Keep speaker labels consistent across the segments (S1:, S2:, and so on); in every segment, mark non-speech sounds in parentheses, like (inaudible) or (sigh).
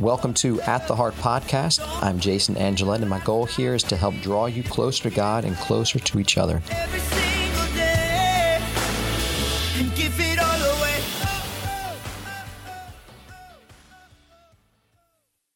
S1: Welcome to At the Heart Podcast. I'm Jason Angelette, and my goal here is to help draw you closer to God and closer to each other.
S2: every single day and give it all away.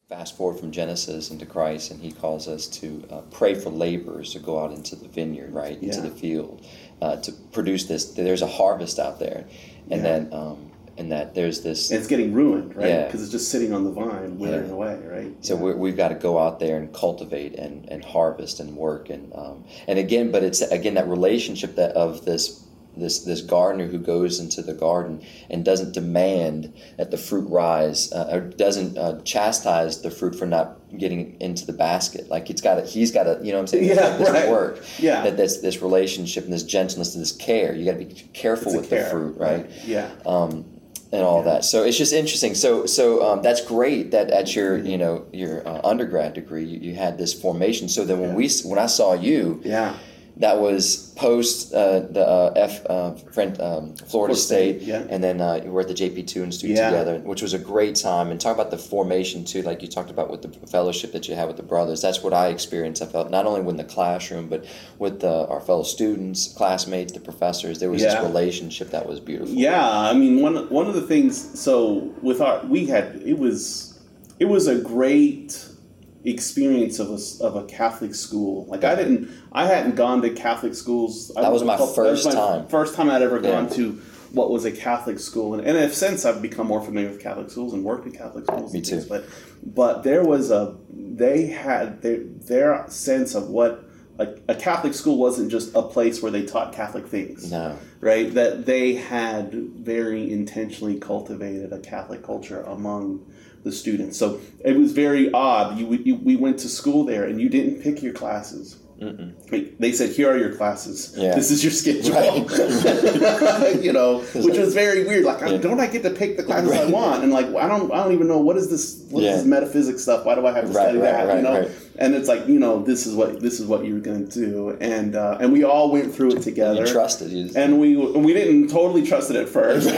S3: fast forward from Genesis into Christ, and He calls us to uh, pray for laborers to go out into the vineyard, right, into the field, uh, to produce this. There's a harvest out there, and
S4: Yeah.
S3: then um, and that there's this.
S4: And it's getting ruined, right?
S3: Yeah.
S4: Because it's just sitting on the vine, withering
S3: Yeah.
S4: away, right?
S3: so we're, we've got to go out there and cultivate and, and harvest and work and um, and again, but it's again that relationship that of this. This, this gardener who goes into the garden and doesn't demand that the fruit rise uh, or doesn't uh, chastise the fruit for not getting into the basket like it's got to he's got to you know what I'm saying
S4: Yeah,
S3: this
S4: right.
S3: work
S4: Yeah.
S3: that this this relationship and this gentleness and this care you got to be careful
S4: It's a
S3: with
S4: care,
S3: the fruit right, Um,
S4: Yeah.
S3: and all that. So it's just interesting. So so um, that's great that at your you know your uh, undergrad degree you, you had this formation. So then when we s- when I saw you,
S4: yeah.
S3: that was post uh, the uh, F uh, friend, um, Florida, State,
S4: State, yeah.
S3: and then uh, you were at the JP Two Institute
S4: Yeah.
S3: together, which was a great time. And talk about the formation too, like you talked about with the fellowship that you had with the brothers. That's what I experienced. I felt not only in the classroom, but with uh, our fellow students, classmates, the professors. There was
S4: Yeah.
S3: this relationship that was beautiful.
S4: Yeah, I mean one one of the things. So with our we had it was it was a great experience of a s- of a Catholic school. Like I didn't I hadn't gone to Catholic schools. I-
S3: That was my
S4: that was
S3: first
S4: my
S3: time.
S4: First time I'd ever
S3: Yeah.
S4: gone to what was a Catholic school, and, and if since I've become more familiar with Catholic schools and worked in Catholic schools.
S3: Me
S4: and
S3: too.
S4: things, But but there was a they had their their sense of what. Like a Catholic school wasn't just a place where they taught Catholic things
S3: No.
S4: right? That they had very intentionally cultivated a Catholic culture among the students. So it was very odd. You, would- you we went to school there, and you didn't pick your classes. Like, They said, "Here are your classes.
S3: Yeah.
S4: This is your schedule." (laughs)
S3: (laughs)
S4: you know, which was very weird. Like, I don't I get to pick the classes I want? And like, I don't, I don't even know what is this, what is
S3: Yeah.
S4: this metaphysics stuff? Why do I have to
S3: Right,
S4: study
S3: right,
S4: that?
S3: right,
S4: you know,
S3: right.
S4: and it's like, you know, this is what this is what you're going to do, and uh, and we all went through it together
S3: You trusted you.
S4: and we and we didn't totally trust it at first.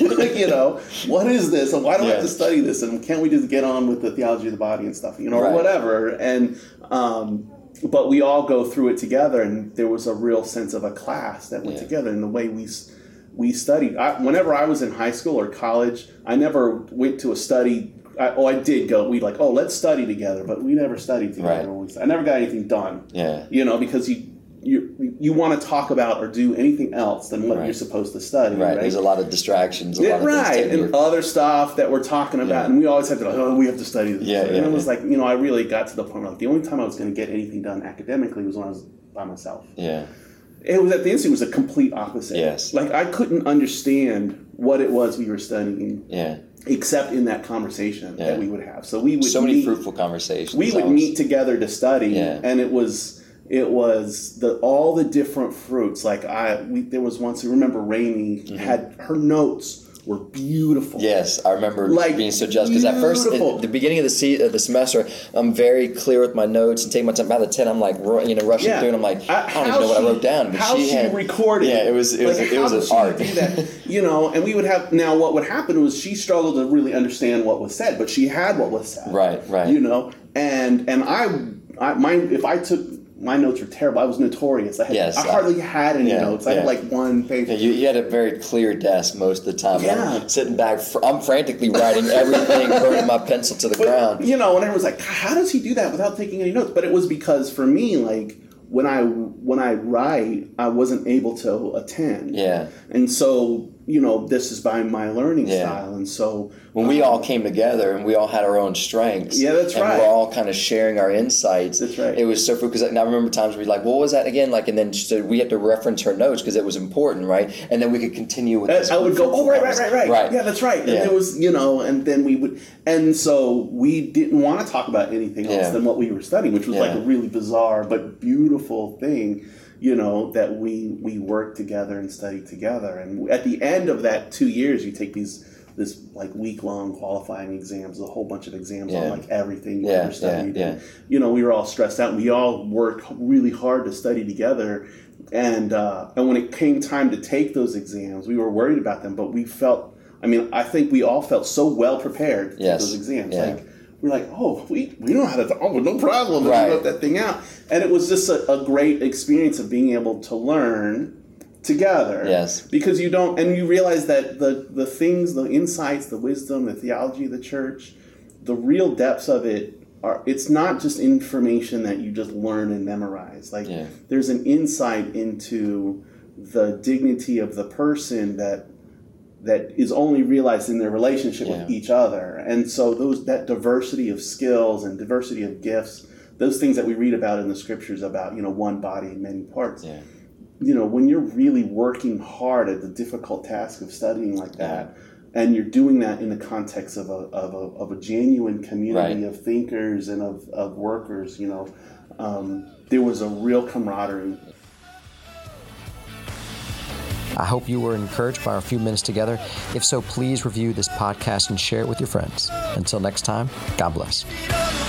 S3: (laughs)
S4: (laughs) Like, like, you know, what is this, and why do I have
S3: Yeah.
S4: to study this, and can't we just get on with the theology of the body and stuff, you know,
S3: Right.
S4: or whatever? And um, but we all go through it together, and there was a real sense of a class that went
S3: Yeah.
S4: together, and the way we. s- We studied. I, whenever I was in high school or college, I never went to a study. I, oh, I did go. We like, oh, let's study together, but we never studied together.
S3: Right.
S4: when we- I never got anything done
S3: yeah.
S4: you know, because you you you want to talk about or do anything else than what
S3: Right.
S4: you're supposed to study,
S3: Right.
S4: right?
S3: There's a lot of distractions. A
S4: Yeah,
S3: lot of
S4: right,
S3: Things
S4: and
S3: taking your-
S4: other stuff that we're talking about,
S3: Yeah.
S4: and we always have to, like, oh, we have to study this.
S3: Yeah,
S4: and
S3: yeah,
S4: it was
S3: yeah.
S4: like, you know, I really got to the point where like, the only time I was going to get anything done academically was when I was by myself.
S3: yeah.
S4: It was at the institute it was a complete opposite.
S3: Yes.
S4: like I couldn't understand what it was we were studying
S3: Yeah.
S4: except in that conversation
S3: Yeah.
S4: that we would have. So we would
S3: So many
S4: meet-
S3: fruitful conversations.
S4: we
S3: I
S4: would
S3: was-
S4: meet together to study
S3: Yeah.
S4: and it was it was the all the different fruits like i we, there was once you remember Rainey
S3: Mm-hmm.
S4: had her notes were beautiful
S3: Yes, I remember
S4: Like,
S3: being so jealous because at first, at
S4: beautiful.
S3: the beginning of the se- of the semester, I'm very clear with my notes and taking my time. By the ten, I'm like, ru- you know, rushing
S4: Yeah. Uh,
S3: through, and I'm like, I, don't
S4: how
S3: even know what
S4: she-
S3: I wrote down. But
S4: how she,
S3: had
S4: recorded.
S3: Yeah, it was it was
S4: Like,
S3: it
S4: how
S3: was
S4: did
S3: an
S4: she
S3: art.
S4: do that? you know, and we would have now. What would happen was she struggled to really understand what was said, but she had what was said.
S3: Right, right.
S4: You know, and and I, I my if I took my notes were terrible. I was notorious. I had
S3: Yes,
S4: I
S3: I-
S4: hardly had any
S3: yeah,
S4: notes. I had
S3: yeah.
S4: like one
S3: (laughs)
S4: page.
S3: Yeah, you, you had a very clear desk most of the time. and I'm
S4: Yeah.
S3: sitting back, fr- I'm frantically writing everything, burning my pencil to the
S4: But,
S3: ground.
S4: you know, and everyone's like, "God, "How does he do that without taking any notes?" But it was because for me, like when I when I write, I wasn't able to attend.
S3: Yeah.
S4: and so you know, this is by my learning
S3: Yeah.
S4: style, and so
S3: when we all came together and we all had our own strengths.
S4: Uh-huh. Yeah, that's
S3: and
S4: right.
S3: We're all kind of sharing our insights.
S4: That's right.
S3: It was so because I remember times we'd be like, "What was that again?" Like, and then so we had to reference her notes because it was important, right? And then we could continue with. this
S4: I would go,
S3: fruitful
S4: "Oh, right, right, right, right,
S3: conversation." Right.
S4: yeah, that's right." And
S3: Yeah.
S4: it was you know, and then we would, and so we didn't want to talk about anything
S3: Yeah.
S4: else than what we were studying, which was like
S3: Yeah.
S4: a really bizarre but beautiful thing. You know that we we worked together and studied together, and at the end of that two years, you take these this like week long qualifying exams, a whole bunch of exams on
S3: Yeah.
S4: like everything you
S3: Yeah,
S4: ever studied.
S3: yeah, yeah.
S4: And, you know, we were all stressed out. We all worked really hard to study together, and uh, and when it came time to take those exams, we were worried about them. But we felt, I mean, I think we all felt so well prepared to
S3: Yes,
S4: take those exams.
S3: yeah.
S4: Like we're like, oh, we, we know how to talk, oh, no problem. And
S3: Right.
S4: we wrote that thing out. And it was just a, a great experience of being able to learn together.
S3: Yes.
S4: Because you don't, and you realize that the, the things, the insights, the wisdom, the theology of the church, the real depths of it are, it's not just information that you just learn and memorize. Like,
S3: Yeah.
S4: there's an insight into the dignity of the person that that is only realized in their relationship with
S3: Yeah.
S4: each other. And so those that diversity of skills and diversity of gifts, those things that we read about in the scriptures about, you know, one body and many parts.
S3: Yeah.
S4: You know, when you're really working hard at the difficult task of studying like that, and you're doing that in the context of a, of a, of a genuine community
S3: Right.
S4: of thinkers and of, of workers, you know, um, there was a real camaraderie.
S1: I hope you were encouraged by our few minutes together. If so, please review this podcast and share it with your friends. Until next time, God bless.
S2: it all away.